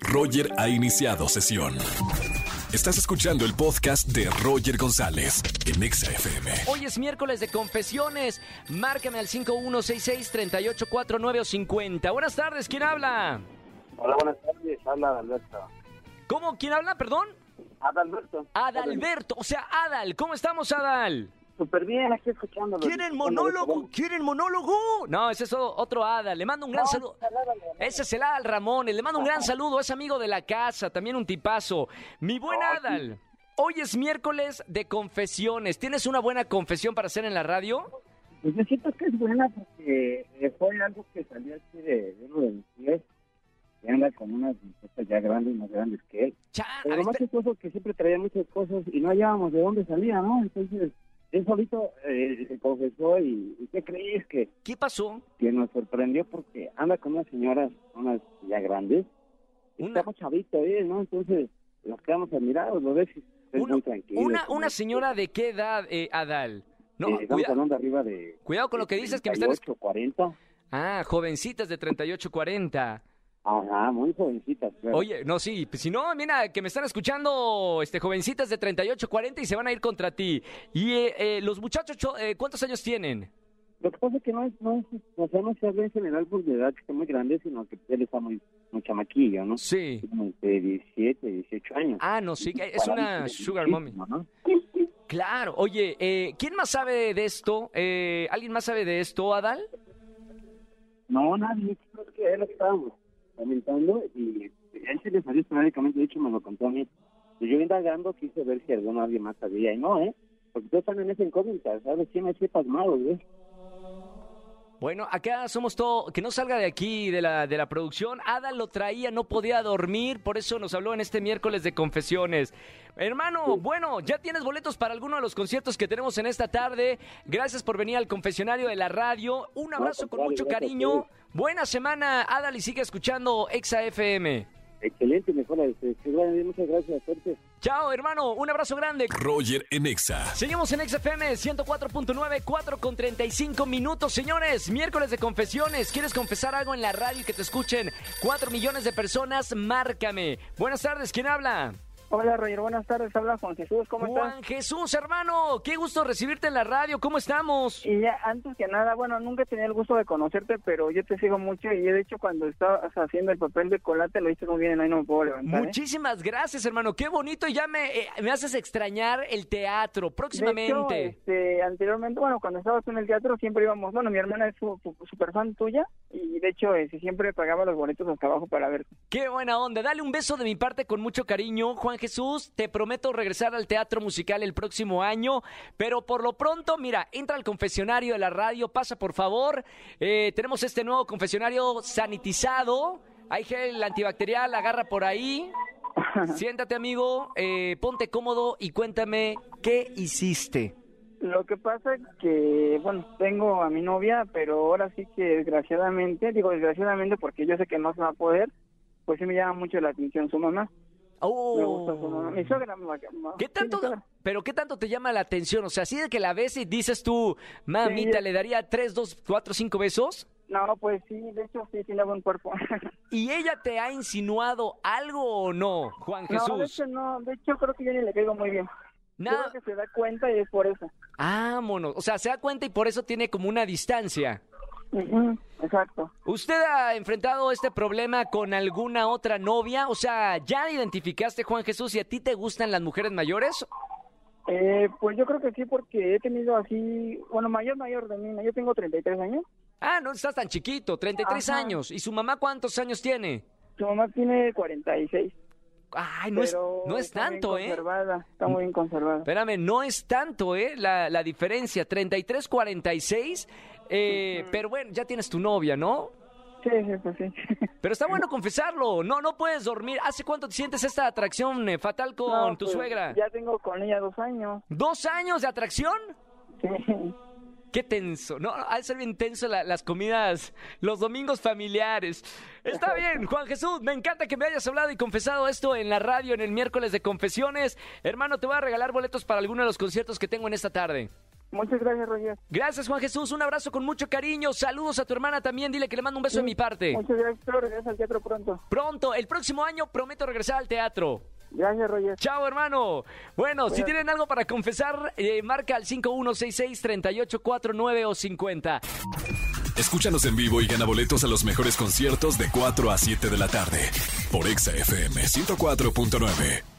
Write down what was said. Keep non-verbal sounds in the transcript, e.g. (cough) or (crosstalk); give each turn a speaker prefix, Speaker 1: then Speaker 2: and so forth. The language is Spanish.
Speaker 1: Roger ha iniciado sesión. Estás escuchando el podcast de Roger González en Exa FM.
Speaker 2: Hoy es miércoles de confesiones. Márcame al 5166-3849 o 50. Buenas tardes, ¿quién habla?
Speaker 3: Hola, buenas tardes. Habla Adalberto.
Speaker 2: ¿Cómo? ¿Quién habla? Perdón.
Speaker 3: Adalberto.
Speaker 2: Adalberto, o sea, Adal. ¿Cómo estamos, Adal?
Speaker 3: Súper bien, aquí escuchándolo.
Speaker 2: ¿Quieren monólogo? ¿Quieren monólogo? No, ese es o- otro Adal. Le mando un gran saludo. Ese es el Adal Ramones. Le mando un gran saludo. Es amigo de la casa, también un tipazo. Mi buen Adal, hoy es miércoles de confesiones. ¿Tienes una buena confesión para hacer en la radio?
Speaker 3: Pues yo siento que es buena porque eh, fue algo que salió así de, de uno de mis pies. Que anda con unas muchachas ya grandes, más grandes que él.
Speaker 2: Cha- a
Speaker 3: Pero
Speaker 2: ver,
Speaker 3: lo más
Speaker 2: Ah, espera.
Speaker 3: chistoso es que siempre traía muchas cosas y no hallábamos de dónde salía, ¿no? Entonces, él solito eh, se confesó y, y ¿qué crees? Que,
Speaker 2: ¿Qué pasó?
Speaker 3: que nos sorprendió porque anda con unas señoras, unas ya grandes.
Speaker 2: Una-
Speaker 3: Estaba chavito él, ¿eh? ¿no? Entonces, nos quedamos admirados, lo ves, y es
Speaker 2: Una-
Speaker 3: muy tranquilo.
Speaker 2: Una,
Speaker 3: como
Speaker 2: una
Speaker 3: es.
Speaker 2: señora de qué edad, eh, Adal. No,
Speaker 3: Eh, estamos
Speaker 2: cuida-
Speaker 3: hablando arriba de...
Speaker 2: cuidado con lo que dices que me están...
Speaker 3: 38, 40.
Speaker 2: Ah, jovencitas de 38, 40.
Speaker 3: Ajá, muy jovencitas. claro.
Speaker 2: Oye, no, sí, pues, si no, mira, que me están escuchando este, jovencitas de 38, 40 y se van a ir contra ti. Y eh, eh, los muchachos, cho- eh, ¿cuántos años tienen?
Speaker 3: Lo que pasa es que no es, no es, o sea, no se habla en general por de edad que está muy grande, sino que él está muy, muy chamaquillo, ¿no?
Speaker 2: Sí.
Speaker 3: Como de 17, 18 años.
Speaker 2: Ah, no, sí, que es una sugar mommy.
Speaker 3: muchísimo, ¿no?
Speaker 2: Claro, oye, eh, ¿quién más sabe de esto? Eh, ¿Alguien más sabe de esto, Adal?
Speaker 3: No, nadie, creo que él lo estábamos comentando y este, a él se le salió esporádicamente, de hecho me lo contó a mí. Y yo indagando quise ver si alguno alguien más sabía, y no, ¿eh? Porque todos están en esa incógnita, ¿sabes? Sí me estoy pasmado, ¿eh?
Speaker 2: Bueno, acá somos todo, que no salga de aquí, de la, de la producción. Ada lo traía, no podía dormir, por eso nos habló en este miércoles de confesiones. Hermano, bueno, ya tienes boletos para alguno de los conciertos que tenemos en esta tarde. Gracias por venir al confesionario de la radio. Un abrazo con
Speaker 3: contrario,
Speaker 2: mucho
Speaker 3: gracias a
Speaker 2: cariño. Buena semana, Adal, y sigue escuchando Exa FM.
Speaker 3: Excelente, mejor. este, igual, Muchas gracias, suerte.
Speaker 2: Chao, hermano, un abrazo grande.
Speaker 1: Roger en Exa.
Speaker 2: Seguimos en XFM 104.9, 4 con 35 minutos, señores. Miércoles de confesiones. ¿Quieres confesar algo en la radio y que te escuchen 4 millones de personas? Márcame. Buenas tardes, ¿quién habla?
Speaker 4: Hola Roger, buenas tardes, habla Juan Jesús, ¿cómo estás?
Speaker 2: Juan Jesús, hermano. Qué gusto recibirte en la radio. ¿Cómo estamos?
Speaker 4: Y ya, antes que nada, bueno, nunca tenía el gusto de conocerte, pero yo te sigo mucho y de hecho cuando estabas haciendo el papel de colate lo hice muy bien, ahí no me puedo levantar. ¿eh?
Speaker 2: Muchísimas gracias, hermano. Qué bonito. Y ya me, eh, me haces extrañar el teatro
Speaker 4: De hecho,
Speaker 2: próximamente.
Speaker 4: este, anteriormente, bueno, cuando estabas tú en el teatro siempre íbamos, bueno, mi hermana es su, su- super fan tuya y de hecho este, siempre pagaba los boletos hasta abajo para verte.
Speaker 2: Qué buena onda. Dale un beso de mi parte con mucho cariño, Juan Jesús. Te prometo regresar al teatro musical el próximo año, pero por lo pronto, mira, entra al confesionario de la radio, pasa por favor. Eh, tenemos este nuevo confesionario sanitizado. Hay gel antibacterial, agarra por
Speaker 4: (laughs)
Speaker 2: ahí. Siéntate, amigo, eh, ponte cómodo y cuéntame qué hiciste.
Speaker 4: Lo que pasa es que, bueno, tengo a mi novia, pero ahora sí que desgraciadamente, digo desgraciadamente porque yo sé que no se va a poder, pues sí me llama mucho la atención su mamá. Me gusta su mamá.
Speaker 2: Oh.
Speaker 4: Mi suegra me va- me-
Speaker 2: ¿Qué
Speaker 4: sí,
Speaker 2: tanto,
Speaker 4: mi suegra.
Speaker 2: pero qué tanto te llama la atención? O sea, así de que la ves y dices tú, mamita,
Speaker 4: Sí.
Speaker 2: le daría tres, dos, cuatro, cinco besos.
Speaker 4: No, pues sí, de hecho sí tiene buen cuerpo. (laughs)
Speaker 2: ¿Y ella te ha insinuado algo o no, Juan Jesús?
Speaker 4: No, de hecho no, de hecho creo que yo ni le caigo muy bien. Yo
Speaker 2: Nada.
Speaker 4: creo que se da cuenta y es por eso.
Speaker 2: Vámonos. O sea, se da cuenta y por eso tiene como una distancia.
Speaker 4: Ujú, Exacto.
Speaker 2: ¿Usted ha enfrentado este problema con alguna otra novia? O sea, ¿ya identificaste, Juan Jesús, si a ti te gustan las mujeres mayores?
Speaker 4: Eh, pues yo creo que sí porque he tenido así, bueno, mayor, mayor de mí, yo tengo 33 años.
Speaker 2: Ah, no estás tan chiquito, 33
Speaker 4: Ajá.
Speaker 2: años. ¿Y su mamá cuántos años tiene?
Speaker 4: Su mamá tiene 46.
Speaker 2: Ay, no es,
Speaker 4: pero
Speaker 2: no es
Speaker 4: está bien
Speaker 2: tanto, ¿eh?
Speaker 4: Conservada, está muy bien conservada.
Speaker 2: Espérame, no es tanto, ¿eh? La, la diferencia, 33-46, eh, pero bueno, ya tienes tu novia, ¿no?
Speaker 4: Sí, sí, pues sí.
Speaker 2: Pero está bueno confesarlo, no, no puedes dormir. ¿Hace cuánto te sientes esta atracción eh, fatal (laughs) con
Speaker 4: No,
Speaker 2: tu
Speaker 4: pues,
Speaker 2: suegra?
Speaker 4: Ya tengo con ella dos años.
Speaker 2: ¿Dos años de atracción?
Speaker 4: Sí. (laughs)
Speaker 2: Qué tenso, ¿no? Ha de ser bien tenso la- las comidas, los domingos familiares. Está bien, Juan Jesús, me encanta que me hayas hablado y confesado esto en la radio en el miércoles de confesiones. Hermano, te voy a regalar boletos para alguno de los conciertos que tengo en esta tarde.
Speaker 4: Muchas gracias, Roger.
Speaker 2: Gracias, Juan Jesús. Un abrazo con mucho cariño. Saludos a tu hermana también. Dile que le mando un beso
Speaker 4: Sí.
Speaker 2: de mi parte.
Speaker 4: Muchas gracias, espero regresar al teatro pronto.
Speaker 2: Pronto, el próximo año prometo regresar al teatro.
Speaker 4: Gracias, Roger.
Speaker 2: Chao, hermano. Bueno, si
Speaker 4: Bueno.
Speaker 2: tienen algo para confesar, eh, marca al 5166-3849 o 50.
Speaker 1: Escúchanos en vivo y gana boletos a los mejores conciertos de 4 a 7 de la tarde por Exa FM 104.9.